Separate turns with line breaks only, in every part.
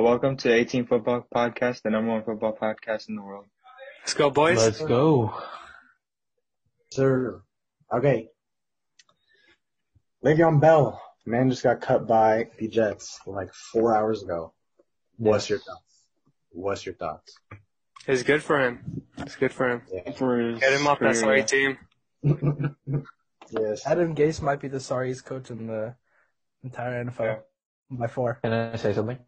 Welcome to 18 Football Podcast, the number one football podcast in the world.
Let's go, boys.
Let's go.
Sir. Okay. Le'Veon Bell, man just got cut by the Jets like four hours ago. What's your thoughts? What's your thoughts?
It's good for him. It's good for him.
For his
Get him off that sorry
career.
team.
Yes.
Adam Gase might be the sorriest coach in the entire NFL
Yeah.
by four.
Can I say something?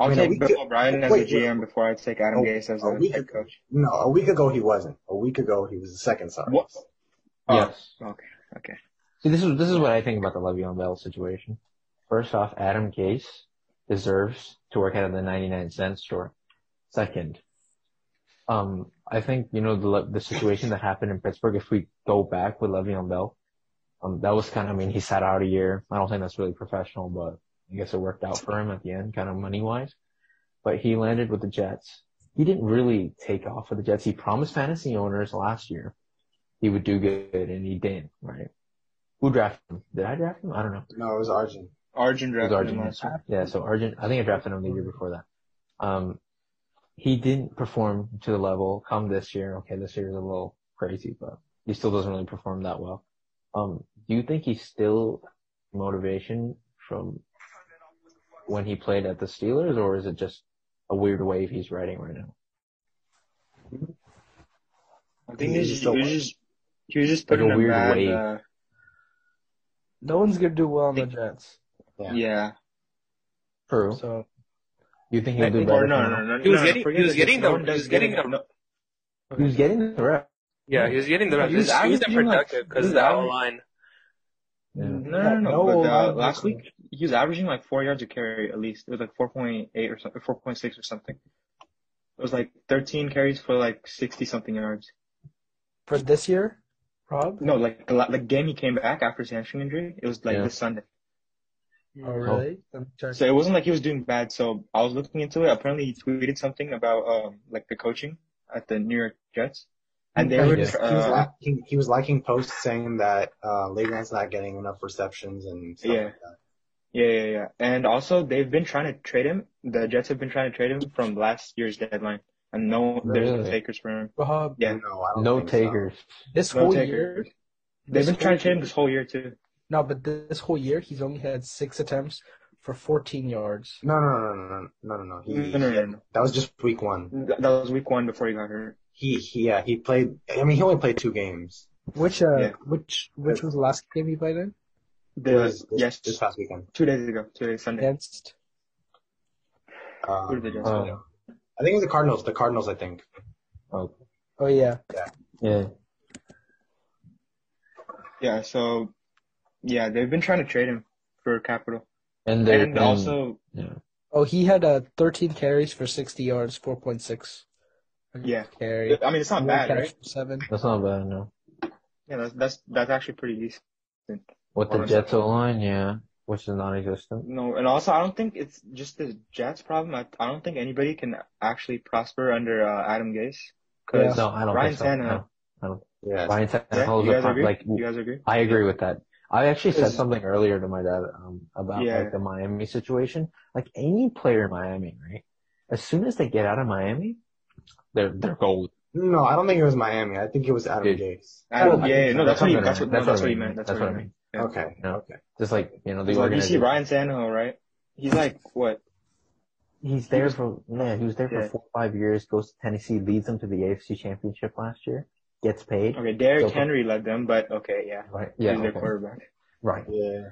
I'll
Wait, a
take
week
Bill
ago-
O'Brien as
wait,
a
wait.
GM before I take Adam
A-
Gase as
a
the
week
head
ago.
coach.
No, a week ago he wasn't. A week ago he was the second sorry.
What? Oh,
Yes.
Okay. Okay.
See, this is this is what I think about the Le'Veon Bell situation. First off, Adam Gase deserves to work out of the 99 cent store. Second, um, I think you know the Le- the situation that happened in Pittsburgh. If we go back with Le'Veon Bell, um, that was kind of. I mean, he sat out a year. I don't think that's really professional, but I guess it worked out for him at the end, kind of money wise. But he landed with the Jets. He didn't really take off with the Jets. He promised fantasy owners last year he would do good, and he didn't. Right. Who drafted him? Did I draft him? I don't know.
No, it was Arjun.
Arjun
It was
drafted him
Arjun.
last year.
Yeah, so Arjun, I think I drafted him the year before that. Um, he didn't perform to the level come this year. Okay, this year is a little crazy, but he still doesn't really perform that well. Um, do you think he's still motivation from when he played at the Steelers, or is it just a weird wave he's riding right now?
I think
He
he's
was
just, he
still-
was just, he was just
Like
put
a
in a
weird
bad,
wave.
uh,
No one's gonna do well on the Jets.
yeah.
Yeah.
True.
So
You think he'll
I
do
think-
better?
Or no, no,
from now?
no, no.
He was
no,
getting-
forget
he was
it.
getting
No
the-
one
he
does
was getting
get it.
the-
No-
He was getting the rep.
Yeah, he was getting the rest.
He
He
was
was, he was
averaging, like-
productive because
he was
of that
averaging-
line.
Yeah.
No, no, no.
No,
but, uh,
no,
last
no.
week he was averaging like four yards a carry at least. It was like four point eight or something, four point six or something. It was like thirteen carries for like sixty something yards.
for this year, Rob.
No, like the la- the game he came back after his hamstring injury, it was like
Yeah.
this Sunday.
Oh really? Let me check.
So it wasn't like he was doing bad. So I was looking into it. Apparently, he tweeted something about um like the coaching at the New York Jets, and they
Yeah,
were
he did.
He was,
uh,
liking, he was liking posts saying that uh, Le'Veon's not getting enough receptions and stuff
Yeah.
like that.
yeah, yeah, yeah. And also, they've been trying to trade him. The Jets have been trying to trade him from last year's deadline, and no, there's no
Really?
takers for him.
Rob,
Yeah.
No, I don't
No
think so.
takers.
this
No
whole
takers.
year.
They've
this
been trying
whole
to trade him
year-
this whole year too.
No, but thi- this whole year he's only had six attempts for 14 yards.
No, no, no, no, no, no, no, no. He,
No, no, no, no.
That was just week one.
Th- That was week one before he got hurt.
He, he, yeah, he played. I mean, he only played two games.
Which uh,
Yeah.
which which was the last game he played in?
It
The,
was this,
yes,
this past weekend.
two days ago, two days Sunday.
Against
Um,
Who did they just
Oh.
I think it was the Cardinals. The Cardinals, I think.
oh yeah,
Yeah.
Yeah, so yeah, they've been trying to trade him for capital,
And, they-
and also
yeah.
oh he had uh 13 carries for 60 yards, 4.6
yeah.
carry.
I mean, it's not bad,
One catch
right?
for Seven.
That's not bad, no.
Yeah, that's that's that's actually pretty decent.
With the
Honestly.
Jets line, yeah, which is non-existent.
No, and also I don't think it's just the Jets' problem. I, I don't think anybody can actually prosper under uh, Adam Gase. Cause
No, I don't
Ryan
think so.
Tannehill.
No.
Yes.
Ryan
Yeah,
Tannehill
you
is a
guys
prime.
agree?
Like,
you guys agree?
I agree with that. I actually said
Because-
something earlier to my dad um, about
Yeah.
like the Miami situation. Like any player in Miami, right? As soon as they get out of Miami, they're they're gold.
No, I don't think it was Miami. I think it was Adam
Dude.
Gase.
Adam,
I-
yeah, yeah, no, that's what he,
I
that's what,
meant.
no, that's
I
what he
mean.
meant. That's
That's
what he
I
meant.
mean.
Yeah.
Okay.
No.
Okay.
Just like you know the
Like, you see
organization.
Ryan Tannehill, right? He's like what?
He's there for yeah, he was there for
Yeah.
four five years. Goes to Tennessee, leads them to the AFC Championship last year. Gets paid.
Okay, Derrick
So-
Henry led them, but okay, yeah,
Right. Yeah.
Oh, he's their
okay.
quarterback.
Right.
Yeah.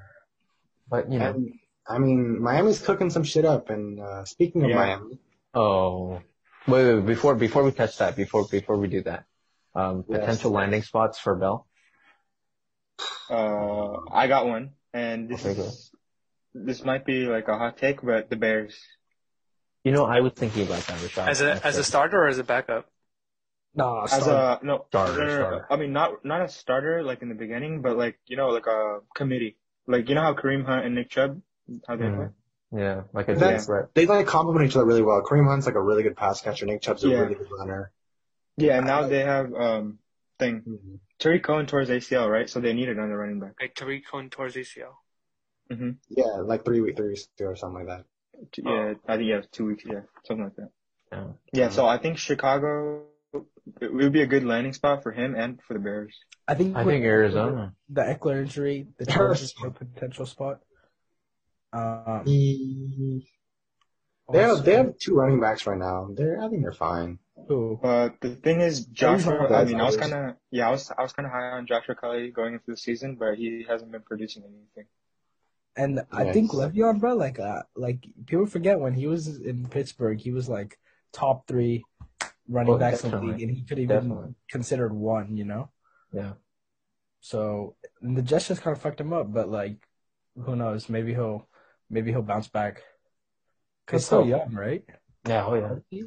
But you know.
And, I mean, Miami's cooking some shit up. And uh, speaking of
Yeah.
Miami,
Oh, wait, wait, before, before we touch that, before, before we do that, um,
Yes.
potential landing spots for Bell.
Uh, I got one, and this
Okay,
is this might be like a hot take, but the Bears.
You know, I was thinking about that, Rashad.
As a as a starter or as a backup?
No,
As a no,
Starter,
no, no, no,
starter.
I mean not not a starter like in the beginning, but like you know like a committee. Like you know how Kareem Hunt and Nick Chubb how they
Mhm.
play.
yeah, like a
That's-
deep threat.
they like complement each other really well. Kareem Hunt's like a really good pass catcher. Nick Chubb's a
Yeah.
really good runner.
Yeah, and now they have um thing Terry Cohen towards ACL, right? So they needed another running back.
Like Tariq Cohen towards ACL.
Yeah, like three week, three weeks ago or something like that.
Two, yeah, I think yeah, two weeks. Yeah, something like that.
Oh. Yeah. Mm-hmm.
Yeah, so I think Chicago it would be a good landing spot for him and for the Bears.
I think
I
with
think Arizona.
the Eckler injury, the Chargers are a potential spot. Um,
They have, they have two running backs right now. They're I think they're fine.
who?
But the thing is,
not
Joshua. I
bad,
mean, I was
Alex.
kind of yeah, I was I was kind of high on Joshua Kelly going into the season, but he hasn't been producing anything.
And I
Yes.
think Le'Veon, bro, like, uh, like people forget when he was in Pittsburgh, he was like top three running
Oh,
backs in the
definitely.
league, and he could even
Definitely.
considered one, you know.
Yeah.
So and the Jets just kind of fucked him up, but like, who knows? Maybe he'll, maybe he'll bounce back. Cause he's
Let's
still
hope.
young, right?
Yeah. Oh yeah.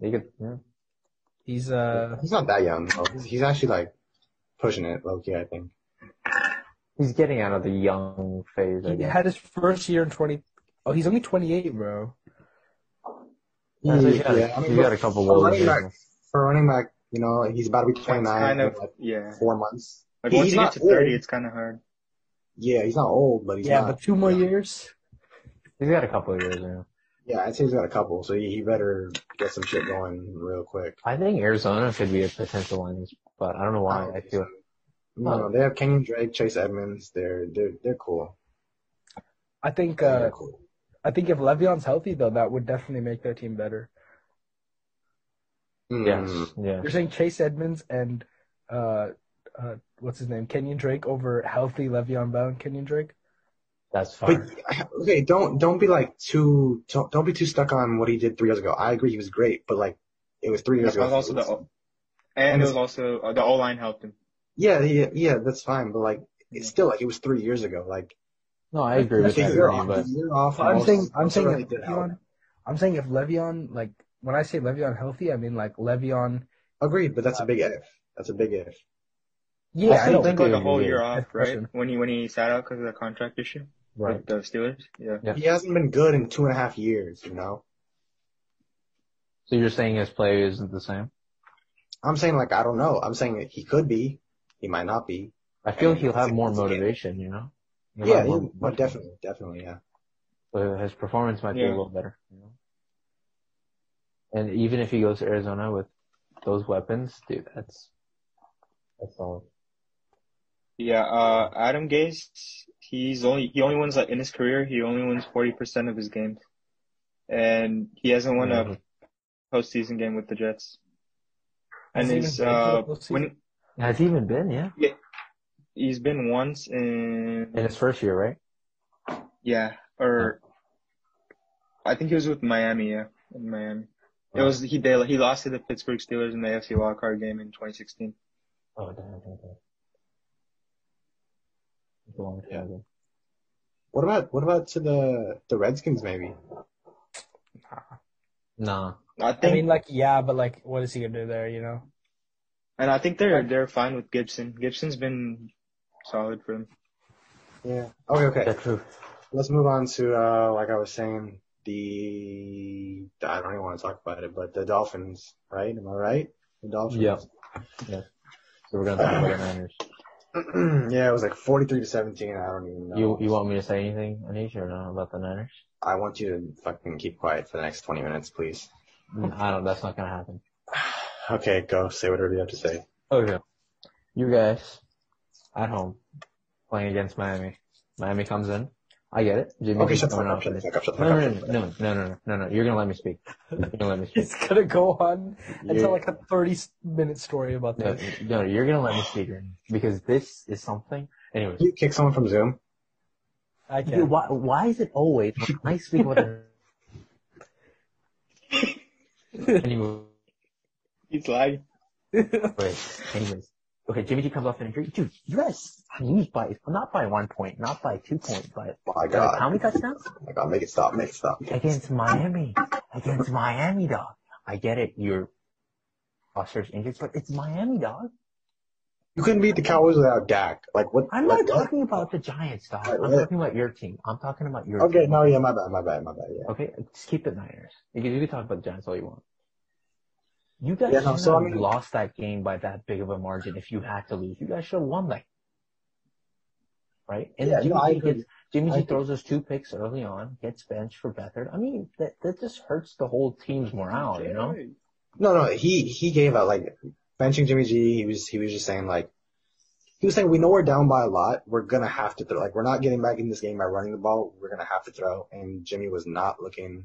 They could. Yeah.
He's uh,
He's not that young. though. He's- He's actually like pushing it, low key. I think.
He's getting out of the young phase. I
he
guess.
had his first year in twenty. Oh, he's only twenty eight, bro.
Yeah, so he's got,
Yeah, I mean,
he's got a couple
for
of
running
years.
back, for running back, you know, he's about to be
That's
29
kind of
in like
yeah.
four months.
Like
He-
once
he's
you get
not
to thirty,
old.
it's kind of hard.
Yeah, he's not old, but he's
yeah,
not.
but two more years.
He's got a couple of years. Yeah.
Yeah, I'd say he's got a couple, so he he better get some shit going real quick.
I think Arizona could be a potential landing spot. I don't know why. I feel.
No, no, they have Kenyon Drake, Chase Edmonds. They're they're they're cool.
I think
They're
uh,
cool.
I think if Le'Veon's healthy though, that would definitely make their team better.
Yes.
Mm.
Yeah.
You're saying Chase Edmonds and uh, uh, what's his name, Kenyon Drake over healthy Le'Veon Bell and Kenyon Drake.
That's
But
fine.
okay, don't don't be like too don't, don't be too stuck on what he did three years ago. I agree, he was great, but like it was three
That
years
was
ago.
also the and, and it was also uh, the O line helped him.
yeah, yeah, yeah, that's fine, but like it's still like it was three years ago. Like
No, I agree with
That's
a
that.
a
year
agree,
off,
but
a year off.
I'm
most-
saying I'm
most
saying
really
if
did help.
Le'Veon, I'm saying if Le'Veon like when I say Le'Veon healthy, I mean like Le'Veon.
Agreed, but that's a big if. That's a big if.
Yeah,
I
I know.
He took like a
agree,
whole
yeah.
year
That's
off,
the
right?
question.
When he when he sat out because of the contract issue
right.
with the Steelers. Yeah.
Yeah.
He hasn't been good in two and a half years, you know?
So you're saying his play isn't the same?
I'm saying like I don't know. I'm saying that he could be, he might not be.
I feel
I mean,
he'll have
it's-
more
it's a game.
motivation. You know. He'll
yeah,
have
he-
more
no,
motivation.
definitely, definitely, yeah.
So his performance might be a
Yeah.
little better. You know? And even if he goes to Arizona with those weapons, dude, that's that's solid.
Yeah, uh, Adam Gase, he's only he only wins like in his career he only wins forty percent of his games, and he hasn't won
Yeah.
a postseason game with the Jets. And
Has he
his
even been to
uh,
the postseason?
when
Has he even been? Yeah,
he's been once in
in his first year, right?
yeah or I think he was with Miami. Yeah, in Miami. It
Yeah.
was he they he lost to the Pittsburgh Steelers in the AFC wildcard game in 2016.
Oh damn, damn, damn. It's a long time
Yeah.
ago.
What about what about to the the Redskins maybe?
Nah,
I
I
think
mean, like yeah, but like what is he gonna do there? You know.
and I think they're they're fine with Gibson. Gibson's been solid for them.
Yeah. Okay, okay.
that's true.
Let's move on to uh like I was saying, the I don't even want to talk about it, but the Dolphins, right? Am I right? The Dolphins.
Yeah. So we're gonna talk about the Niners.
yeah, it was like forty three to seventeen. I don't even know.
You you want me to say anything, Anish, or no about the Niners?
I want you to fucking keep quiet for the next 20 minutes, please.
Mm, I don't. That's not gonna happen.
Okay, go. Say whatever you have to say.
Okay. You guys at home playing against Miami. Miami comes in. I get it. Jimmy
Okay,
G's
shut the fuck
coming
up.
off
Shut the
of it.
fuck up. Shut the
No,
fuck
no,
up.
no, no, no, no, no, no, no. You're gonna let me speak. You're gonna let me speak.
It's gonna go on and tell
You're-
like a thirty minute story about
No,
that.
no, you're gonna let me speak Ernie, because this is something. Anyways,
You kick someone from Zoom?
I
dude,
can't.
why why is it always when I speak with a anyway?
He's lying.
Anyways, okay, Jimmy G comes off an injury. Dude, you guys lose by not by one point, not by two points, but
Oh my
by
god.
how many touchdowns?
Oh my god, make it stop. Make it stop.
against Miami, against Miami, dog. I get it. You're Foster's injured, but it's Miami, dog.
You couldn't beat the Cowboys without Dak. Like, what?
I'm
like,
not talking about the Giants, dog. I'm
What?
talking about your team. I'm talking about your
Okay,
team.
no, yeah, my bad, my bad, my bad, yeah.
Okay, just keep the Niners. You can, you can talk about the Giants all you want. You guys
Yeah,
yeah,
no, so I mean-
lost that game by that big of a margin if you had to lose. You guys should have won that. Right? And
Yeah,
Jimmy
no, I
G
agree.
gets Jimmy
I
G
think-
throws those two picks early on, gets benched for Beathard. I mean, that that just hurts the whole team's morale, you know?
No, no, he he gave out like benching Jimmy G. He was he was just saying like he was saying we know we're down by a lot. We're gonna have to throw. Like we're not getting back in this game by running the ball. We're gonna have to throw. And Jimmy was not looking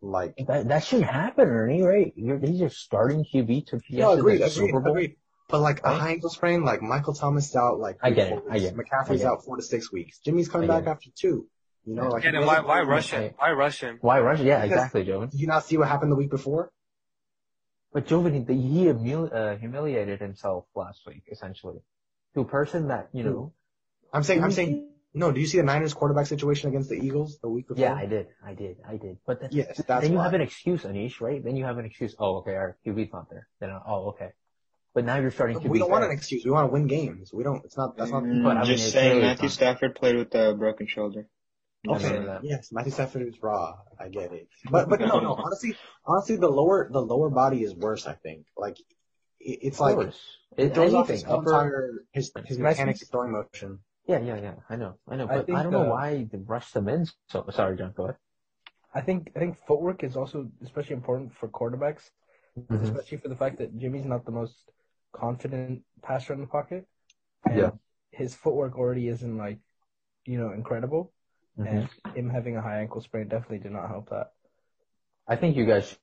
like.
That that shouldn't happen, Ernie. Right? You're, these are starting QB to get
no,
to
agreed,
the
agreed,
Super Bowl.
agreed. But like a
Right?
high ankle sprain, like Michael Thomas out, like
I
three,
get it,
four
I get it,
weeks. McCaffrey's
I get
out four to six weeks. Jimmy's coming
I get
back after two. You know,
Yeah.
like
Yeah,
he
then why
doesn't-
why rush
Okay.
him? Why rush him?
Why rush? Yeah,
Because-
exactly, Jovan.
Did you not see what happened the week before?
But Jovan, he, he humil- uh, humiliated himself last week, essentially, to a person that you know.
I'm saying,
Mm-hmm.
I'm saying, no. Do you see the Niners quarterback situation against the Eagles the week before?
Yeah, I did, I did, I did. But then,
Yes, that's
then you
why.
have an excuse, Anish, right? Then you have an excuse. Oh, okay, our QB's not there. Then uh, oh, okay. But now you're starting
But
QB.
we don't want an excuse. We want to win games. We don't. It's not. That's not.
Mm,
But I mean,
just
it's
saying
really
Matthew
fun.
Stafford played with a broken shoulder.
Okay.
Just saying.
that.
Yes, Matthew Stafford is raw. I get it. But but no no.
No.
Honestly, honestly, the lower the lower body is worse. I think. Like it, it's
Of
like
course.
it
It,
throws off his
anything.
whole
Upper.
entire his his
Can I say
mechanics
s-
of throwing motion.
Yeah, yeah, yeah. I know, I know.
I
But I,
think,
don't know
uh,
why they rushed them in. So sorry, John. Go ahead.
I think I think footwork is also especially important for quarterbacks,
Mhm.
especially for the fact that Jimmy's not the most confident passer in the pocket.
Yeah.
His footwork already isn't like, you know, incredible.
Mhm.
And him having a high ankle sprain definitely did not help that.
I think you guys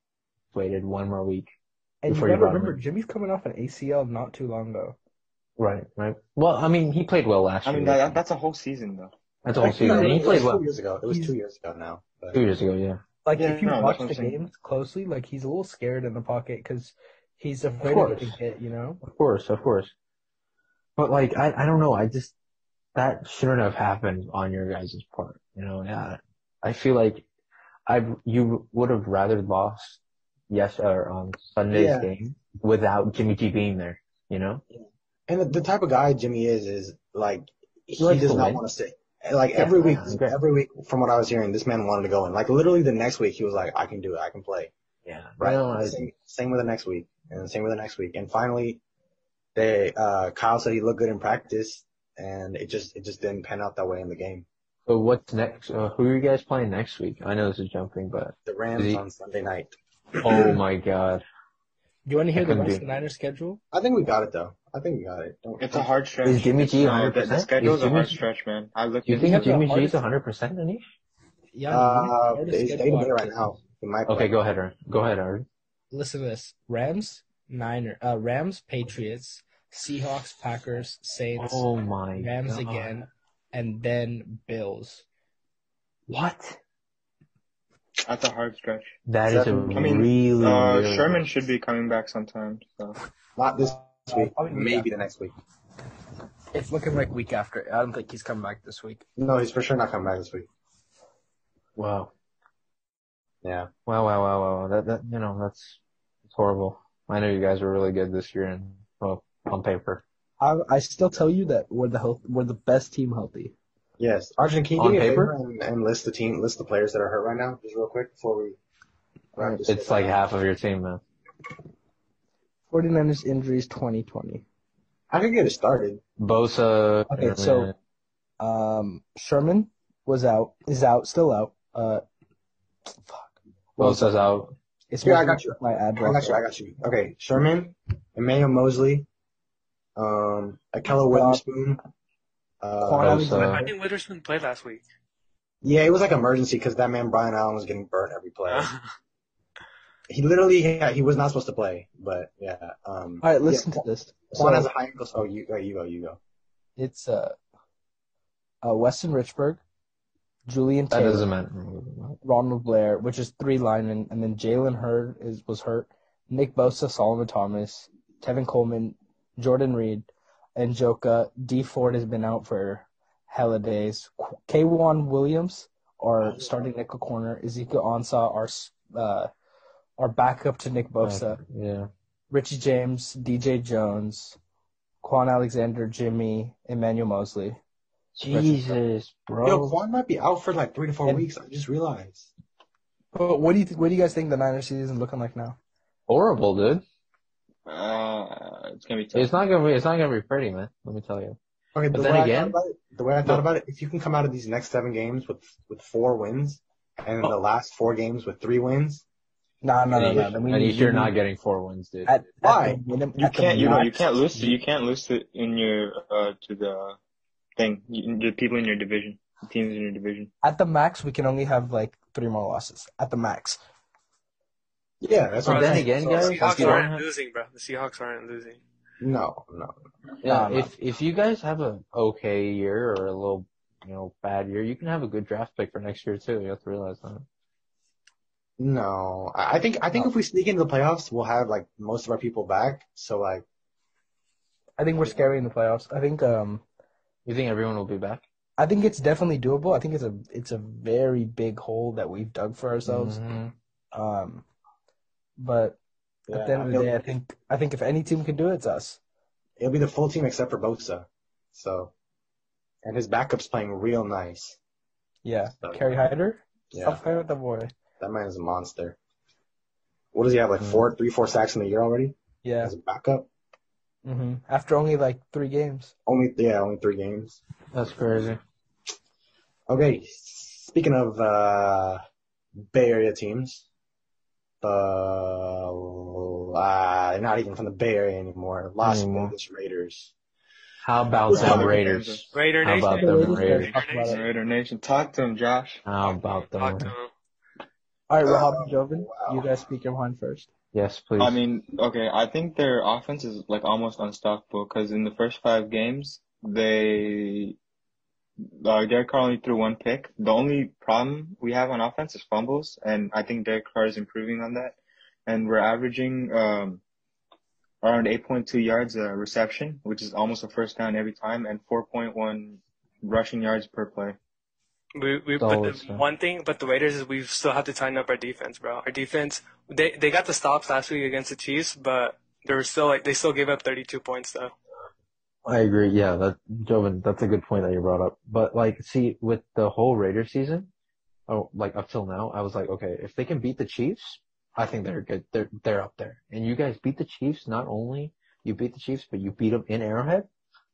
waited one more week.
And
Before
you
you
gotta
brought him
remember,
in.
Jimmy's coming off an ACL not too long ago.
Right, right. Well, I mean, he played well last
I mean,
year.
that, that's a whole season, though.
That's all
No,
season.
no,
And he
it
played
was
well
two years ago. It was
He's-
two years ago now. But
two years ago. Yeah,
Like
Yeah,
if you
no, that's
watch
what I'm
the
saying.
games closely, like he's a little scared in the pocket because he's afraid of,
course.
what to get, you know.
of course, of course. But like, I, I don't know. I just that shouldn't have happened on your guys' part. You know, yeah. I feel like I you would have rather lost yes or on Sunday's
Yeah.
game without Jimmy G being there. You know,
and the, the type of guy Jimmy is is like he
likes
does
to
not
win.
want to sit. Like
Yeah,
every week,
yeah, great.
every week from what I was hearing, this man wanted to go in. Like literally the next week, he was like, "I can do it. I can play."
yeah,
Right.
No, I-
same, same with the next week, and same with the next week, and finally, they uh Kyle said he looked good in practice, and it just it just didn't pan out that way in the game.
so what's next? Uh, who are you guys playing next week? I know this is jumping, but
The Rams
Did he-
on Sunday night.
oh my god,
You want to hear the
couldn't
rest of
be.
the Niners schedule?
I think we got it though. I think we got it. Don't,
It's a hard stretch.
Is Jimmy G
It's- no,
100%?
The, the schedule's
Is
a
Jimmy
hard
G-
stretch, man. I looked
do you
at
think
have the
Jimmy G is
hardest-
100 percent, Anish?
Yeah. man,
uh,
hardest
it's day
schedule
to day
out
right
there.
now. In my
Okay, go ahead, Aaron. Go ahead, Aaron.
Listen to this: Rams, Niner, uh, Rams, Patriots, Seahawks, Packers, Saints,
Oh my
Rams
God.
again, and then Bills.
What?
That's a hard stretch.
That is a
Seven.
I mean,
really,
Uh,
really
Sherman should be coming back sometime. So
Not this week.
probably the week
Maybe the next week.
It's looking like week after. I don't think he's coming back this week.
No, he's for sure not coming back this week.
wow.
Yeah.
Wow, wow, wow, wow, wow. That, that, you know, that's, it's horrible. I know you guys were really good this year and, well, on paper.
I, I still tell you that we're the health, we're the best team healthy.
Yes. Arjun, can you
On
do me a
paper?
favor and, and list the team, list the players that are hurt right now, just real quick before we wrap this
It's
up?
like half of your team, man.
49ers injuries 2020.
I could get it started.
Bosa.
Okay, so- Um, Sherman was out, is out, still out. Uh, fuck. Well,
Bosa's out.
it's
Here, I
making
got you.
My ad
I got you. I got you. Okay, Sherman, Emmanuel Mosley, um, Akella Witherspoon.
Quan
Uh,
Quan-
Alexander.
I think Witherspoon played last week.
yeah, it was like emergency because that man Brian Allen was getting burnt every play. He literally yeah, he was not supposed to play, but yeah. Um,
All right, listen to this.
yeah, Quan
So-
has a high ankle. Oh, you, oh, you go. You go.
It's uh, uh Weston Richburg, Julian
That
Taylor,
doesn't matter.
Ronald Blair, which is three linemen, and then Jalen Hurd is was hurt, Nick Bosa, Solomon Thomas, Tevin Coleman, Jordan Reed, and Joka. D Ford has been out for hella days. Kwan Williams, our starting nickel corner, Ezekiel Ansah, our s- uh, our backup to Nick Bosa.
Yeah.
Richie James, DJ Jones, Quan Alexander, Jimmy, Emmanuel Mosley.
Jesus, bro.
Yo, Quan might be out for like three to four
And-
weeks. I just realized.
But what do you th- what do you guys think the Niners season is looking like now?
Horrible, dude.
uh, it's gonna be tough.
It's not gonna be. It's not gonna be pretty, man. Let me tell you.
Okay,
But
the
then
way I
again-
thought about it, the way I thought
No.
about it, if you can come out of these next seven games with with four wins, and
Oh.
the last four games with three wins,
No, no, no,
and
no. Then we need
you're not getting four wins, dude.
At,
Why?
At the minim,
You
at the
can't, you know, you
max-
can't lose to, you can't lose to in your, uh, to the thing, you- the people in your division, the teams in your division.
At the max, we can only have like three more losses. At the max.
yeah, that's what
But
I'm
then
saying.
again,
So,
guys,
The
If
Seahawks
you don't
aren't
have-
losing, bro. The Seahawks aren't losing.
no, no,
Yeah,
No, no.
if if you guys have a okay year or a little you know bad year, you can have a good draft pick for next year too. You have to realize that.
no. I I think I think if we sneak into the playoffs, we'll have like most of our people back. So like,
I think we're scary in the playoffs. I think um
You think everyone will be back?
I think it's definitely doable. I think it's a it's a very big hole that we've dug for ourselves.
Mhm.
Um but
yeah,
at the end of the
it'll,
day I think I think if any team can do it, it's us.
it'll be the full team except for Bosa. So, and his backup's playing real nice.
Yeah.
So,
Kerry Hyder?
yeah,
Stop playing with the boy.
that man is a monster. What does he have? Like four, three, four sacks in the year already
Yeah.
as a backup.
hmm After only like three games.
Only yeah, only three games.
That's crazy.
Okay, speaking of uh, Bay Area teams, the uh, they're not even from the Bay Area anymore. Las
Anymore.
Vegas Raiders.
How about
Who's
them
the
Raiders?
Raider
How
Nation.
about
The
them
Raiders
Raiders?
gotta talk about it.
Raider Nation, talk to him, Josh.
How about them?
Talk to
Raiders?
him.
All right,
Oh,
Rob and Jovan,
wow.
you guys speak your mind first.
Yes, please.
I mean, okay, I think their offense is like almost unstoppable because in the first five games, they, uh, Derek Carr only threw one pick. The only problem we have on offense is fumbles, and I think Derek Carr is improving on that. And we're averaging, um, around 8.2 yards a reception, which is almost a first down every time, and 4.1 rushing yards per play.
We we but
Solid
the
stuff.
one thing but the Raiders is we still have to tighten up our defense, bro. Our defense they they got the stops last week against the Chiefs, but they were still like they still gave up thirty two points though.
I agree. Yeah, that Jovan, that's a good point that you brought up. But like, see, with the whole Raiders season, oh, like up till now, I was like, okay, if they can beat the Chiefs, I think they're good. They're they're up there. And you guys beat the Chiefs. Not only you beat the Chiefs, but you beat them in Arrowhead.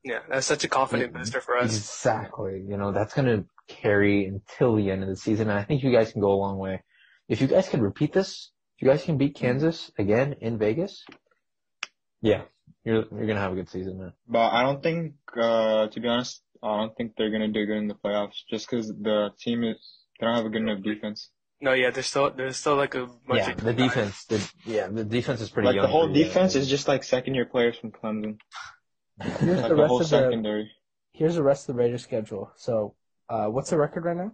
Yeah, that's such a confident
Yeah.
booster for us.
Exactly. You know, that's going to carry until the end of the season. And I think you guys can go a long way. If you guys can repeat this, if you guys can beat Kansas again in Vegas, yeah, you're, you're going to have a good season, man.
But I don't think, uh, to be honest, I don't think they're gonna do good in the playoffs just because the team is they don't have a good enough defense.
No, yeah, there's still there's still like a bunch
Yeah,
of
the defense, the, yeah, the defense is pretty
Like
young.
the whole
for uh, you guys.
defense is just like second year players from Clemson.
Here's
Like the
the rest
whole
of the
secondary.
here's the rest of the Raiders schedule. So, uh, what's the record right now?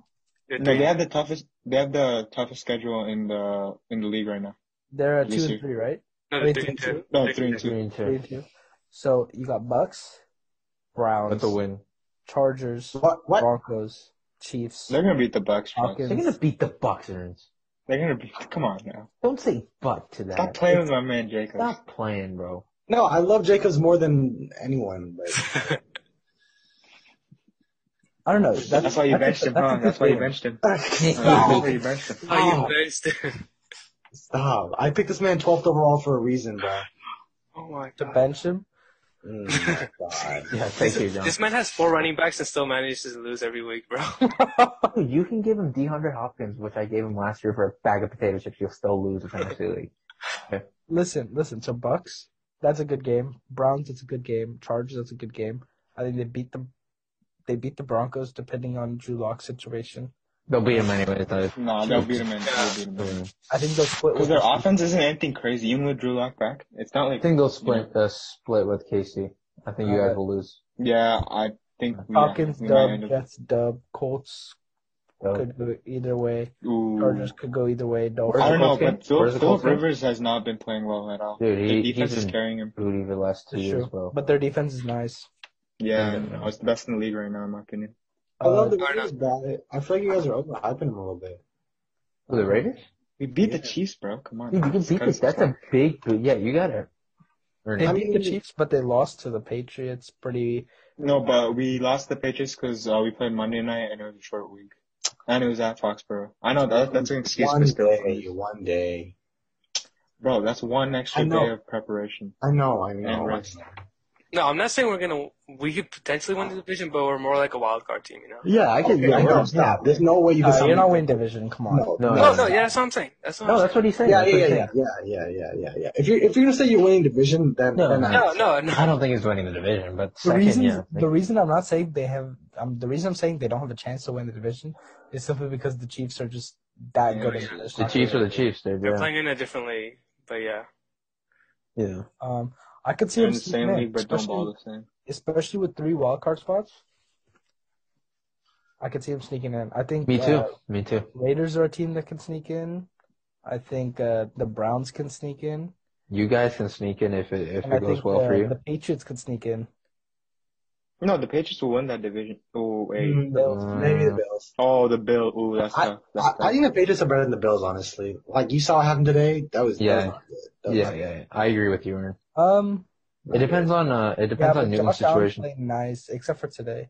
they're
No,
three-
they have the toughest. They have the toughest schedule in the in the league right now.
They're at
This
two and
year.
three, right?
no,
I
they're
mean,
three and
three
two.
No,
They're
three and two.
Three and
Three
two.
and two. So you got Bucks, Browns,
That's a win.
Chargers,
What? What?
Broncos, Chiefs.
They're gonna beat the Bucks. Chuck.
Hopkins.
They're going to beat the Buccaneers.
They're gonna beat. Come on now.
Don't say but to that.
Stop playing with my man Jacob.
Stop playing, bro.
No, I love Jacobs more than anyone. But
I don't know. That's,
That's, why you
that's
benched
a-
him,
that's a
huh?
good
That's why you
feeling.
benched him. Uh, That's
No.
why you benched him.
oh,
Oh.
you benched
Stop! I picked this man 12th overall for a reason, bro.
Oh my
To
god.
bench him.
Mm, my God.
Yeah, thank you, John.
This man has four running backs and still manages to lose every week, bro.
You can give him DeAndre Hopkins, which I gave him last year for a bag of potato chips. You'll still lose the fantasy league.
Listen, listen. So Bucks, that's a good game. Browns, that's a good game. Chargers, that's a good game. I think they beat the they beat the Broncos depending on Drew Lock's situation.
They'll beat him anyways. Though.
No, they'll beat him in. They'll beat him in.
I think they'll split
Because
with
their
the Chiefs.
offense isn't anything crazy. Even with Drew Lock back, it's not
I
like.
think they'll split uh, split with KC. I think you guys will lose.
Yeah, I think we, yeah,
Falcons
we might
dub,
end up.
Jets dub, Colts
So,
could go either way.
Ooh.
Chargers could go either way.
Where's
I
the
don't
Dolphins.
know,
Colts game?
but Phil,
Where's the
Philip
Colts game?
Rivers has not been playing well at all.
Dude,
the
he-
defense
he's
is
been-
carrying him.
booty for the last two
That's
years,
true.
bro.
But their defense is nice.
Yeah,
Yeah.
no, it's the best in the league right now, in my opinion.
I love the
Uh,
Raiders, bro. I feel like you guys are overhyping him a little bit.
For the Raiders?
We beat
Yeah.
the Chiefs, bro. Come on.
Dude, you can beat this. That's a big boot. Yeah, you gotta earn
They
it.
I
beat the
mean-
Chiefs, but they lost to the Patriots pretty.
No, but we lost the Patriots because uh, we played Monday night and it was a short week. And it was at Foxborough. I know that, that's an excuse,
One
but still.
day, one day.
Bro, that's one
I
extra
know.
day of preparation.
I know, I know.
And rest.
No, I'm not saying we're gonna. We could potentially win the division, but we're more like a wild card team, you know.
Yeah, I can.
Okay,
I
no,
can
stop. There's no way you can.
No,
sign
uh, you're not
me.
winning division. Come on.
No,
Uh, No,
No,
no,
no, yeah, that's what I'm saying. That's what
No,
I'm
that's what he's saying.
Yeah,
that's what
yeah,
he's
yeah, yeah, yeah, yeah, yeah, yeah. If you're if you're gonna say you're winning division, then
No,
then
no.
I,
saying. No, no,
saying. I
no.
don't think he's winning the division, but
The
second,
reason,
yeah.
the reason I'm not saying they have, um, the reason I'm saying they don't have a chance to win the division is simply because the Chiefs are just that
Yeah,
good.
yeah.
At
The Chiefs are the Chiefs, dude.
They're
Yeah.
playing in a different league, but yeah.
Yeah.
Um, I could see
They're
them
in the same
sneaking in,
league, but don't
especially,
ball the same.
especially with three wild card spots. I could see them sneaking in. I think
Me too.
Uh,
Me too.
Raiders are a team that can sneak in. I think uh, the Browns can sneak in,
You guys can sneak in if it if
and I
it goes
think
well
uh,
for you.
the Patriots could sneak in.
No, the Patriots will win that division. Oh wait.
Mm, the- maybe the
Mm.
Bills.
Oh, the Bill. Ooh, that's tough. That's
I,
tough.
I think the Patriots are better than the Bills, honestly. Like you saw what happened today. That was that was
Yeah.
not good. That was
Yeah,
not
yeah, yeah. I agree with you, Aaron.
Um,
good.
It depends on uh, it
yeah,
depends
but
on Newton's
Josh Allen
situation.
played nice, except for today.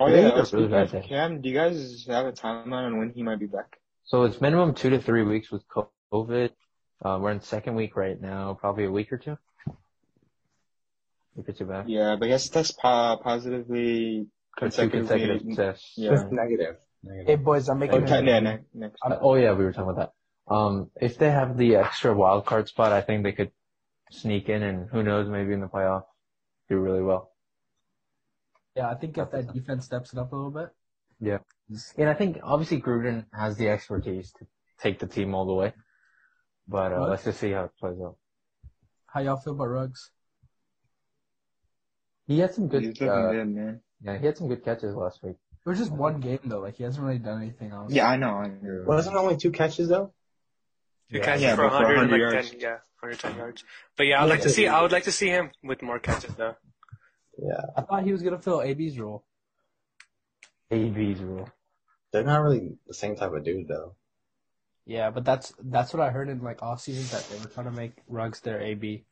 Oh
They
yeah.
had a really
Speaking
bad
of
day.
Cam, do you guys have a timeline on when he might be back?
So it's minimum two to three weeks with COVID. Uh, we're in second week right now, probably a week or two. Week or two back.
Yeah, but he has to test po- positively
Or two consecutive
consecutively.
tests.
yeah.
Just negative.
Hey
Negative.
boys, I'm
Oh,
making.
te- yeah, ne- next.
Uh, oh yeah, we were talking about that. Um, if they have the extra wild card spot, I think they could sneak in and who knows, maybe in the playoffs, do really well.
Yeah, I think if that defense steps it up a little bit.
And I think obviously Gruden has the expertise to take the team all the way, but uh,
What?
let's just see how it plays out.
How y'all feel about Ruggs?
He had some
He's
good,
looking
uh,
good, man.
yeah, he had some good catches last week.
It was just one game though. Like he hasn't really done anything else.
Yeah, I know. I know.
Wasn't it only two catches though?
Two
Yeah.
catches
Yeah,
for
but for
100,
100
like
yards.
10, yeah, 110 yards. But yeah, I'd like to
Yeah.
see. I would like to see him with more catches though.
Yeah.
I thought he was gonna fill AB's role.
AB's rule.
They're not really the same type of dude though.
Yeah, but that's that's what I heard in like off season that they were trying to make Ruggs their AB.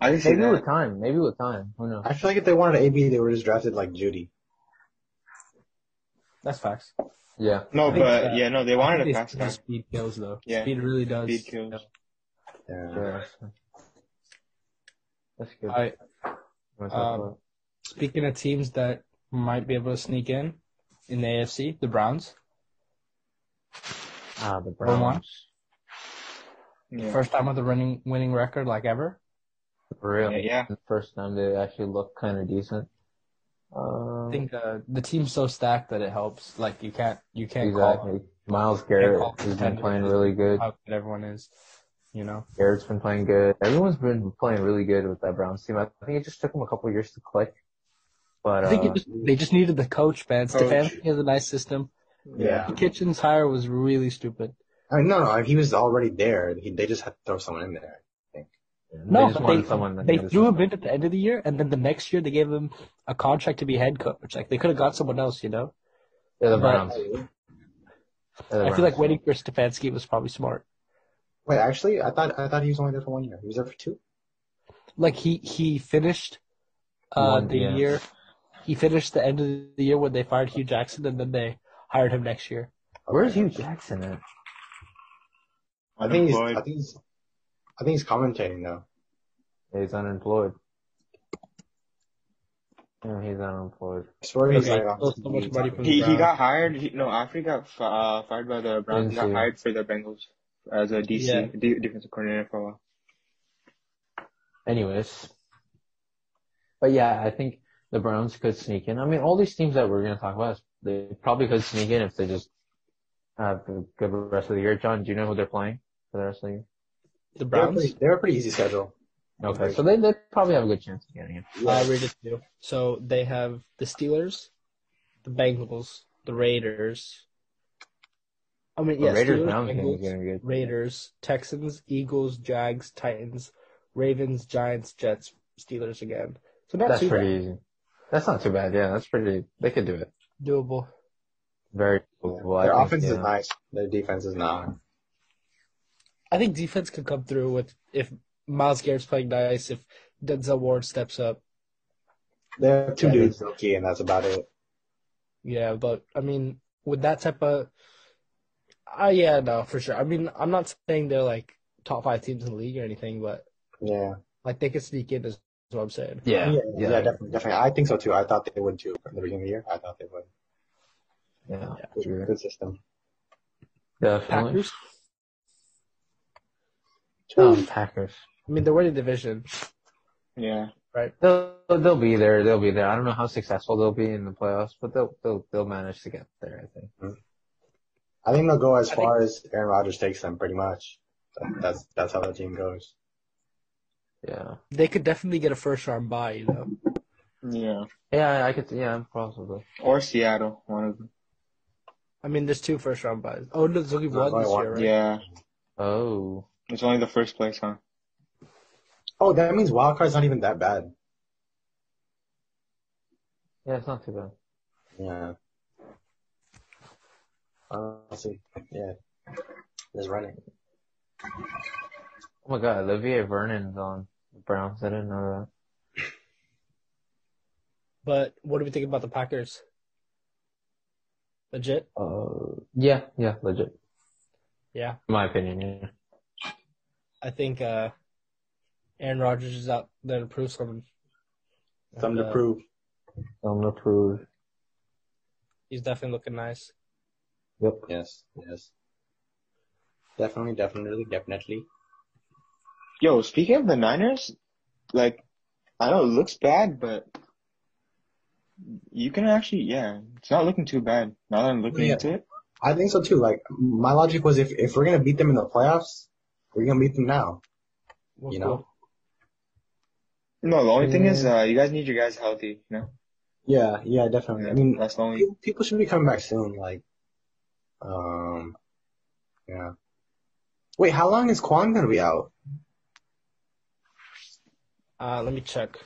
I can see
Maybe with
that.
time. Maybe with time. Who knows?
I feel like if they wanted AB, they would have drafted like Judy.
That's facts.
Yeah.
No,
I think,
but
uh,
yeah, no, they
I
wanted
think
a
they-
fast guy.
Speed kills though.
Yeah.
Speed really does.
Speed kills.
Yeah.
yeah. That's good.
All right.
You wanna talk
um,
about-
Speaking of teams that might be able to sneak in in the AFC, the Browns.
ah, the
one.
Browns.
Yeah.
First time with a running winning record like ever.
For real.
Yeah, yeah.
First time they actually look kind of decent. Um,
I think uh, the team's so stacked that it helps. Like you can't you can't call
exactly. Miles
call Uh,
Garrett has been
contenders.
playing really good.
how good everyone is. You know.
Garrett's been playing good. Everyone's been playing really good with that Browns team. I think it just took them a couple years to click. But
I think it
uh,
just, they just needed the coach, man.
Coach.
Stefanski has a nice system.
Yeah.
The kitchen's hire was really stupid.
I mean, no, no, he was already there. He, they just had to throw someone in there.
they
No,
just
but
wanted
they,
someone. that
they
knows
threw him
something.
in at the end of the year, and then the next year they gave him a contract to be head coach. Like they could have got someone else, you know.
They're the
but-
Browns. They're the
I feel like
Browns.
waiting for Stefanski was probably smart.
Wait, actually, I thought I thought he was only there for one year. He was there for two.
Like he he finished uh,
One,
the
yeah.
year. He finished the end of the year when they fired Hugh Jackson, and then they hired him next year.
Where's Hugh Jackson at?
I think he's. I
Unemployed.
think he's. I think he's commentating though.
He's unemployed. Yeah, he's unemployed.
I swear he's
Okay,
like.
still so much money from the
He he
Browns.
got hired. He, no, after he got fi- uh, fired by the Browns, he got
Didn't see.
hired for the Bengals as a DC
Yeah.
D, defensive coordinator for a while.
Anyways, but yeah, I think the Browns could sneak in. I mean, all these teams that we're gonna talk about, they probably could sneak in if they just have a good rest of the year. John, do you know who they're playing for the rest of the year?
The
They were,
Browns.
pretty, they were pretty easy schedule.
Okay, so they they probably have a good chance of getting in.
I read it too. So they have the Steelers, the Bengals, the Raiders. I mean,
The
yeah,
Oh, Raiders
Steelers,
Browns game is
Bengals,
gonna be good.
Raiders, Texans, Eagles, Jags, Titans, Ravens, Giants, Jets, Steelers again. So not
That's
too
pretty easy. That's not too bad. Yeah, that's pretty. They could do it.
bad. doable.
Very doable. I
Their
think,
offense
yeah.
is nice. Their defense is not.
I think defense could come through with if Miles Garrett's playing nice, if Denzel Ward steps up.
They have two
Yeah.
dudes, okay, and that's about it.
Yeah, but I mean, with that type of, uh, yeah, no, for sure. I mean, I'm not saying they're like top five teams in the league or anything, but
Yeah.
Like they could sneak in, is what I'm saying.
Yeah.
yeah, yeah, definitely, definitely. I think so too. I thought they would too at the beginning of the year. I thought they would.
Yeah.
Good,
Sure.
good system.
Definitely.
Packers.
Um, Packers.
I mean, they're winning division,
Yeah.
right?
They'll they'll be there. They'll be there. I don't know how successful they'll be in the playoffs, but they'll they'll they'll manage to get there. I think.
I think they'll go as
I
far as Aaron Rodgers takes them, pretty much. That- That's that's how that team goes.
Yeah.
They could definitely get a first round bye, you know.
Yeah.
Yeah. I could. Yeah. Possibly.
Or Seattle, one of them.
I mean, there's two first round buys. Oh no, there's only
No,
one
only
this
one.
year, right?
Yeah.
Oh.
It's only the first place, huh?
Oh, that means wild card's not even that bad.
Yeah. It's not too bad.
Yeah.
Uh,
Honestly, yeah. Just running.
Oh my God. Olivier Vernon's on the Browns. I didn't know
But what do we think about the Packers? Legit?
that. Uh. Yeah. Yeah. Legit.
Yeah.
In my opinion. Yeah.
I think uh Aaron Rodgers is out there to prove something.
Something
And,
to
uh,
prove.
I'm approved.
He's definitely looking nice.
Yep.
Yes, yes. Definitely, definitely, definitely.
Yo, speaking of the Niners, like, I know it looks bad, but you can actually, yeah, it's not looking too bad now that I'm looking
Yeah.
into it.
I think so too. Like my logic was, if if we're gonna beat them in the playoffs, we're gonna beat them now.
Well,
You know?
No, the only thing is,
Yeah.
uh, you guys need your guys healthy, you know?
Yeah, yeah, definitely. I mean,
that's the only,
pe- people should be coming back soon. Like, um, yeah. Wait, how long is Kwan gonna be out?
cool. Uh, let me check.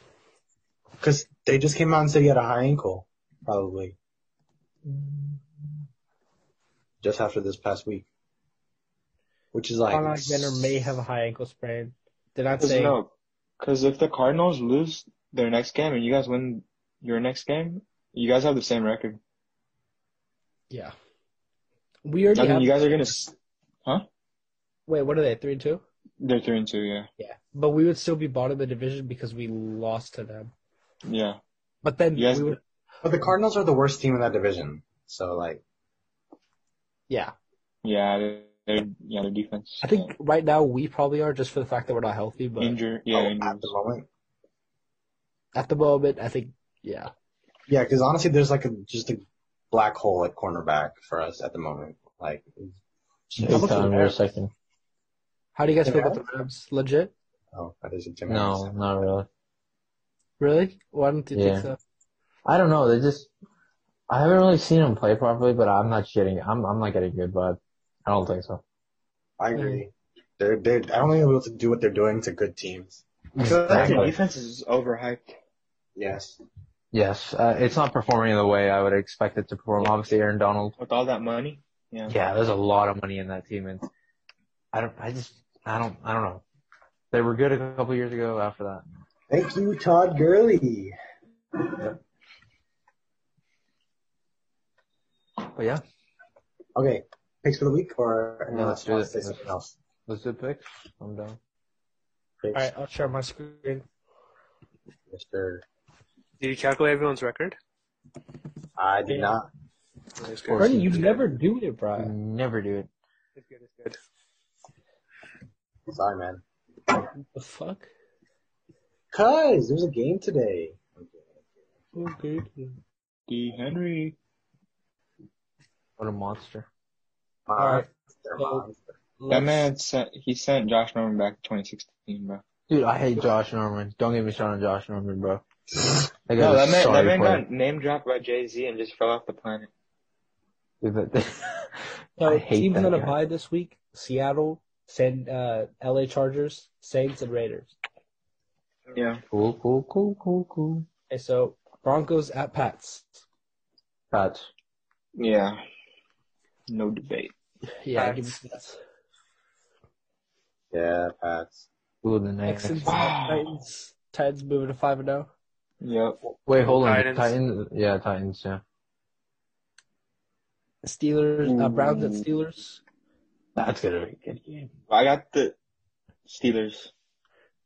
Because they just came out and said he had a high ankle, probably. Just after this past week, which is like
Con Alexander may have a high ankle sprain. Did not
cause
say
no, cause if the Cardinals lose their next game and you guys win your next game, you guys have the same record.
yeah. We already
I
have,
mean, you guys are gonna, s-
wait, what are they? Three and two?
they're three and two, yeah.
Yeah. But we would still be bottom of the division because we lost to them.
Yeah.
But then
Yes.
we would
But the Cardinals are the worst team in that division. So like,
yeah.
Yeah, they're, they're- yeah, their defense.
I think right now we probably are just for the fact that we're not healthy,
yeah.
but
injury, yeah,
oh, at
injuries.
the moment,
at the moment I think yeah.
yeah, because honestly, there's like a just a black hole at cornerback for us at the moment. Like,
Big
much
time.
is
You're
Aaron?
second.
How do you guys
Tim
feel about the Rams? Legit?
oh, that is a Tim
No,
Anderson.
not really.
Really? Why don't you
Yeah.
think so?
I don't know. They just. I haven't really seen him play properly, but I'm not getting. I'm I'm not getting good vibe. I don't think so.
I agree. They're they are I don't think they're able to do what they're doing to good teams.
I feel like their
Exactly.
defense is overhyped.
Yes.
Yes, uh, it's not performing the way I would expect it to perform. Obviously, Aaron Donald.
with all that money. Yeah.
Yeah, there's a lot of money in that team, and I don't. I just. I don't. I don't know. They were good a couple years ago. After that,
Thank you, Todd Gurley.
but yeah,
Okay, picks for the week or
Yeah,
anyone else
let's do
wants to
it.
say something else?
those good picks. I'm down.
Picks,
Alright, I'll share my screen.
Mr.
Did you calculate everyone's record?
I did not.
That's good.
course
Bernie, you
you
never do it,
You
bro.
never do it.
It's good, it's good.
Sorry, man.
The fuck?
Cause there's a game today.
Okay.
D. Henry.
What a monster.
Alright,
They're
so-
monster.
That man sent he sent Josh Norman back to 2016, bro.
Dude, I hate Josh Norman. Don't get me started on Josh Norman, bro. That guy's
No,
a
that man that
sorry
man
player.
got name dropped by Jay Z and just fell off the planet.
Dude, that- I
So
hate
teams
that
on a
guy.
bye this week: Seattle, San, uh, L.A. Chargers, Saints, and Raiders.
Yeah.
Cool, cool, cool, cool, cool.
Okay, so Broncos at Pats.
Pats.
Yeah. No debate.
Yeah,
Pats.
give me Pats.
Yeah, Pats.
Ooh, the next.
Texans,
Wow.
Titans, Titans moving to five and oh. zero.
Yep.
Wait, hold on.
Titans.
Titans. Yeah, Titans. Yeah.
Steelers, uh, Browns at
Ooh.
Steelers.
That's gonna be a good game.
I got the Steelers.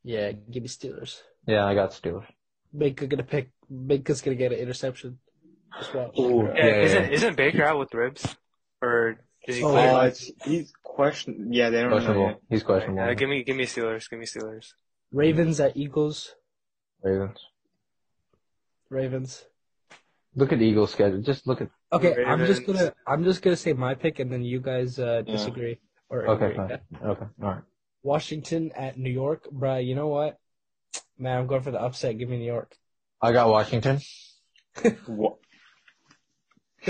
Yeah, give me Steelers.
Yeah, I got Steelers.
Baker gonna pick. Baker's gonna get an interception. Just watch.
Ooh.
Yeah,
Yeah, yeah,
isn't
yeah.
isn't Baker out with ribs, or is he
Oh,
clear?
Uh, it's, he's question. Yeah, they don't know.
Questionable.
Yet.
He's questionable.
Uh, give me give me Steelers. Give me Steelers.
Ravens at Eagles.
Ravens.
Ravens.
Look at Eagles' schedule. Just look at.
Okay, I'm just
Ravens.
gonna I'm just gonna say my pick, and then you guys uh,
Yeah.
disagree or
Okay,
agree.
fine. Okay, all right.
Washington at New York, bruh. You know what? Man, I'm going for the upset. Give me New York.
I got Washington.
What?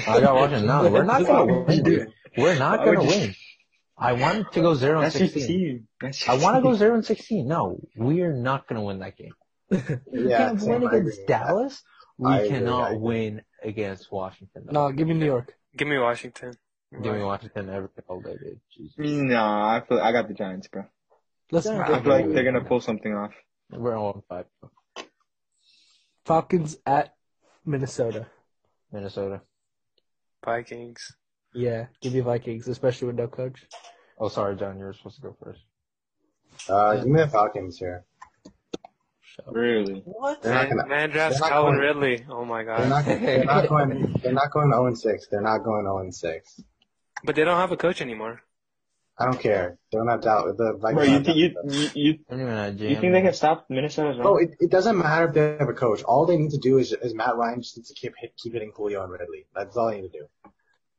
I got Washington. No, we're not gonna
Why would you do
win.
that?
We're not
Why would
gonna
you-
win. I wanted to go zero and
That's your
sixteen.
team. That's
I
your
want to go
team.
zero and sixteen. No, we're not gonna win that game. We
Yeah,
can't
same,
win
I agree
against
with that.
Dallas. We
I agree, I
cannot
agree.
win against Washington. though.
No, give me New York.
Give me Washington.
Give me Washington every all day, dude. Jesus.
Nah, I feel I got the Giants, bro.
Listen,
Yeah.
I feel like
Ooh.
they're gonna pull something off.
We're on five.
Falcons at Minnesota.
Minnesota.
Vikings.
Yeah, give me Vikings, especially with no coach.
Oh, sorry, John. You were supposed to go first.
Uh, give me the Falcons here.
Really?
What?
They're not
Man,
gonna.
man drafts
they're not
Calvin
going-
Ridley. Oh my
They're
god.
not, they're not going. They're not going 0 and 6. They're not going 0 and 6.
But they don't have a coach anymore.
I don't care. They don't have doubt. The
Bro,
Vikings.
you
have
think you
doubt.
you you,
I'm even at
you think they can stop Minnesota's run?
Oh, it, it doesn't matter if they have a coach. All they need to do is, is Matt Ryan just needs to keep hit, keep hitting Julio and Ridley. That's all they need to do.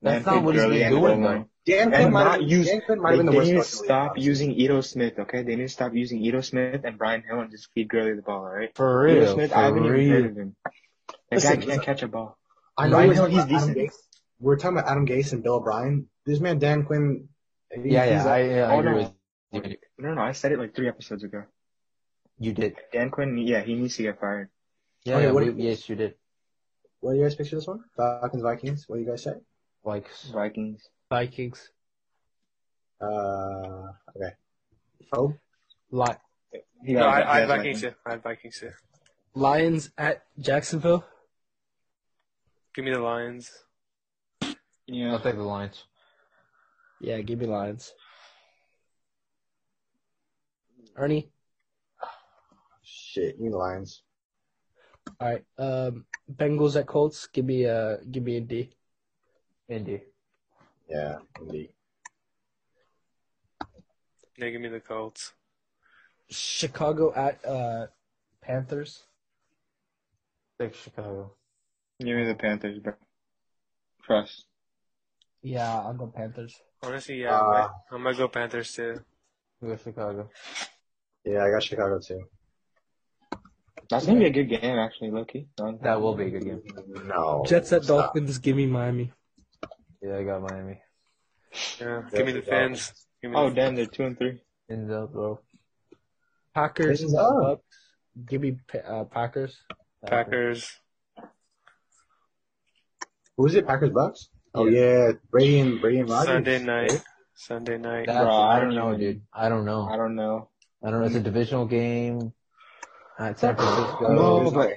That's not what he's
Gurley
been
and
doing,
Gilmore.
Dan Quinn
And
might
not
have
use.
Dan Quinn might
They,
have been the
they
worst
need to
coach. in the league,
stop
honestly.
using Edo Smith, okay? They need to stop using Edo Smith and Brian Hill and just feed Gurley the ball, alright?
For
Edo
real.
Smith, I
For
haven't even heard
real.
of him. That
Listen,
guy can't
listen.
catch a ball.
I know
Brian
we're
Hill,
talking
he's
about Adam
decent.
Gase. We're talking about Adam Gase and Bill O'Brien. This man Dan Quinn. he-
Yeah,
he's
yeah.
a-
I, yeah, I
Oh,
agree
no.
with you.
No, no, I said it like three episodes ago.
You did. Oh,
Dan Quinn, yeah, he needs to get fired.
Yeah,
Okay,
yeah,
what
we-
do you-
yes, you did.
what do you guys picture this one? Falcons Vikings. What do you guys say?
Like,
Vikings.
Vikings.
Uh, okay. Oh,
Li-
No, I, I have Vikings too. I have Vikings too.
Lions at Jacksonville.
Give me the Lions.
I'll
Yeah.
take the Lions.
Yeah, give me Lions. Ernie.
shit. You Lions.
All right. Um, Bengals at Colts. Give me uh, give me a D.
Indy.
Yeah, indeed.
No, give me the Colts.
Chicago at uh, Panthers.
Take Chicago.
Give me the Panthers, bro. Trust.
Yeah, I'll go Panthers.
Honestly, yeah,
Uh,
I'm, I'm gonna go Panthers too.
Go Chicago.
Yeah, I got Chicago too.
That's gonna be a good game, actually, Loki.
That will be a good game.
No.
Jets at
stop.
Dolphins. Give me Miami.
Yeah, I got Miami.
Yeah, give me the
Jets at
fans.
Dolphins.
Give me
Oh,
the,
damn, they're two and three.
In the bro.
Packers.
This is
at
up.
Bucks. Give me Pa- uh, Packers.
Packers.
Who is it? Packers Bucks. Oh yeah, Brady and Brady and Rodgers.
Sunday night. Sunday night.
That's,
Bro,
I
I
don't
don't
know,
even-
dude. I don't
I
know.
don't know.
I don't know. It's a divisional game at San Francisco.
No,
Who's
but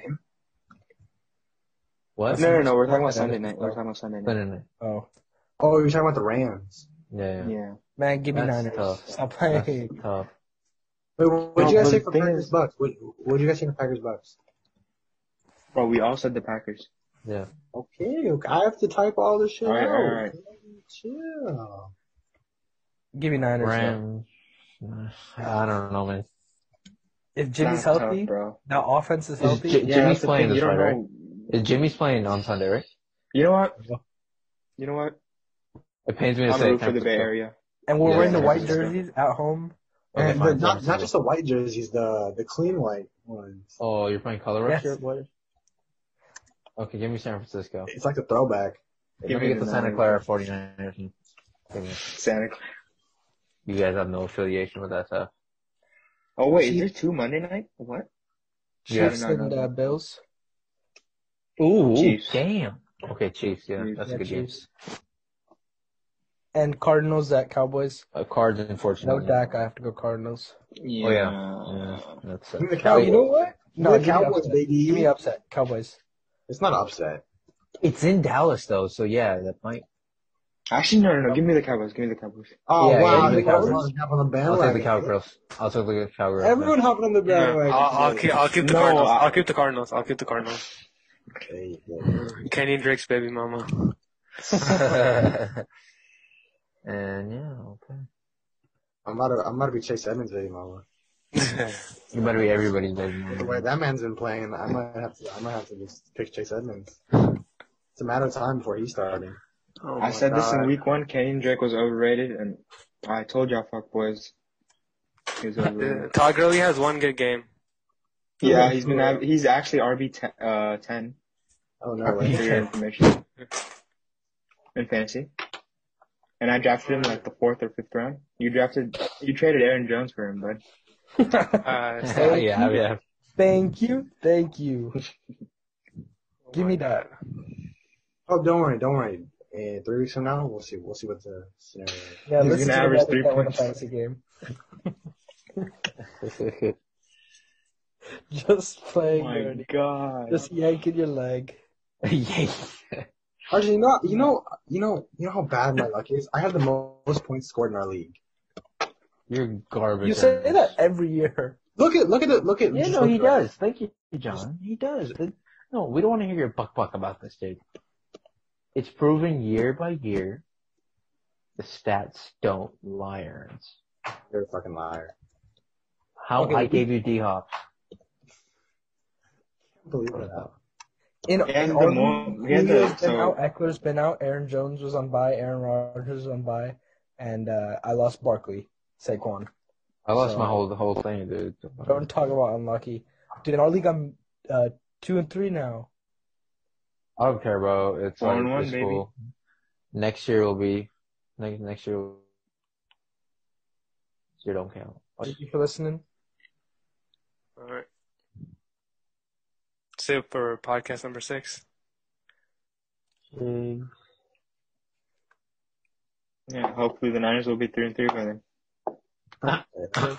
What?
no, no, no. We're talking about
Yeah,
Sunday
that's-
night. We're talking about Sunday night.
Sunday night.
Oh
Oh, you're talking about the Rams.
Yeah, yeah.
Yeah.
man, give me
That's
Niners.
tough.
Stop
That's
playing.
tough.
Wait, what did
No,
you guys
but
say
the
for
thing
Packers
is-
Bucks? What what did you guys say for Packers Bucks?
Bro, we all said the Packers.
Yeah.
Okay, okay, I have to type all this shit
All right,
out.
all right.
Chill.
Give me Niners. though.
Rams. I don't know, man.
If Jimmy's
That's tough,
healthy,
bro.
the offense is
Is
healthy.
J-
Yeah,
Jimmy's
that's the
playing
thing. You
this
don't
right, right?
know.
Is Jimmy's playing on Sunday, right?
You know what? You know what?
It pains me to
I'm
say.
root for the Bay Area.
and we're
Yeah,
wearing the
San
white
Francisco.
jerseys at home.
Okay,
and
fine,
but
San
not not
Francisco.
just the white jerseys, the the clean white ones.
Oh, you're playing Colorado.
Yes.
Okay, give me San Francisco.
It's like a throwback.
Let
Give
me
me
get
the
the Santa
Niners.
Clara 49ers. and- Give me-
Santa Clara.
You guys have no affiliation with that stuff.
Oh wait, is
Chief-
there two Monday night? What?
Yeah.
Chiefs
I did not
and
know
uh,
that.
Bills.
Ooh,
Chiefs.
damn. Okay, Chiefs. Yeah,
Chiefs,
that's
yeah,
a good game.
Chiefs. And Cardinals at Cowboys.
Uh, cards,
No
unfortunately.
Dak. I have to go Cardinals.
Yeah.
Oh yeah. yeah. That's uh,
Give me
it.
the
No,
Cowboys.
you know what?
Give
No,
me the
give me
Cowboys,
upset.
baby.
Give me upset. Cowboys.
It's not upset.
It's in Dallas though, so yeah, that might.
Actually, no, no, no. Give me the Cowboys. Give me the Cowboys.
Oh
Yeah,
wow,
give me the
you guys
Cowboys.
want to jump on the
I'll
bandwagon.
take the Cowgirls. I'll take the Cowgirls.
Everyone hopping on the bandwagon.
I'll, I'll, keep, I'll keep the
No,
Cardinals.
I-
I'll keep the Cardinals. I'll keep the Cardinals.
There you go.
Kenny Drake's baby mama.
and yeah, okay.
I'm about to, I'm about to be Chase Edmonds, baby mama.
Oh
You better be everybody's baby
The way
mama.
that man's been playing, I might have to, I might have to just pick Chase Edmonds. It's a matter of time before he's starting.
Oh
I
my
said this in
God.
week one. Kenyon Drake was overrated, and I told y'all, fuck boys. He was
Yeah,
overrated.
Todd Gurley has one good game.
yeah, he's been. av- He's actually RB ten, uh, ten
Oh no
for
way.
your information in fantasy. And I drafted him like the fourth or fifth round. You drafted, you traded Aaron Jones for him, bud.
Uh,
yeah, yeah, yeah.
Thank you. Thank you. Give me that.
Oh, don't worry, don't worry. In three weeks from now, we'll see, we'll see what the scenario is.
Yeah,
He's
listen
gonna
to
average
that
three
that win a
points.
fantasy game. Just playing dirty.
god.
Just yanking your leg.
yeah.
Actually, you know, you know, you know, you know how bad my luck is. I had the mo- most points scored in our league.
You're garbage.
You say
Ernest.
that every year.
Look at, look at it, look at.
Yeah,
just
no,
look
he
at our-
does. Thank you, John. He does. It- no, we don't want to hear your buck buck about this, dude. It's proven year by year. The stats don't lie, Ernst.
You're a fucking liar.
How
Okay,
I
we-
gave you D Hop.
I can't believe that.
In,
He had
in
the
all
mo-
the
he had the-
Julio's been
so-
out, Eckler's been out, Aaron Jones was on bye, Aaron Rodgers was on bye, and uh, I lost Barkley, Saquon.
I lost
So-
my whole the whole thing, dude.
Don't talk about unlucky. Dude, in our league, I'm uh, two and three now.
I don't care, bro. It's
Four and
like
one,
it's
baby.
cool. Next year will be next next year. Will, this year don't count.
Thank you for listening.
All right. Sip for podcast number six.
Mm.
Yeah, hopefully the Niners will be three and three by then.
Yeah.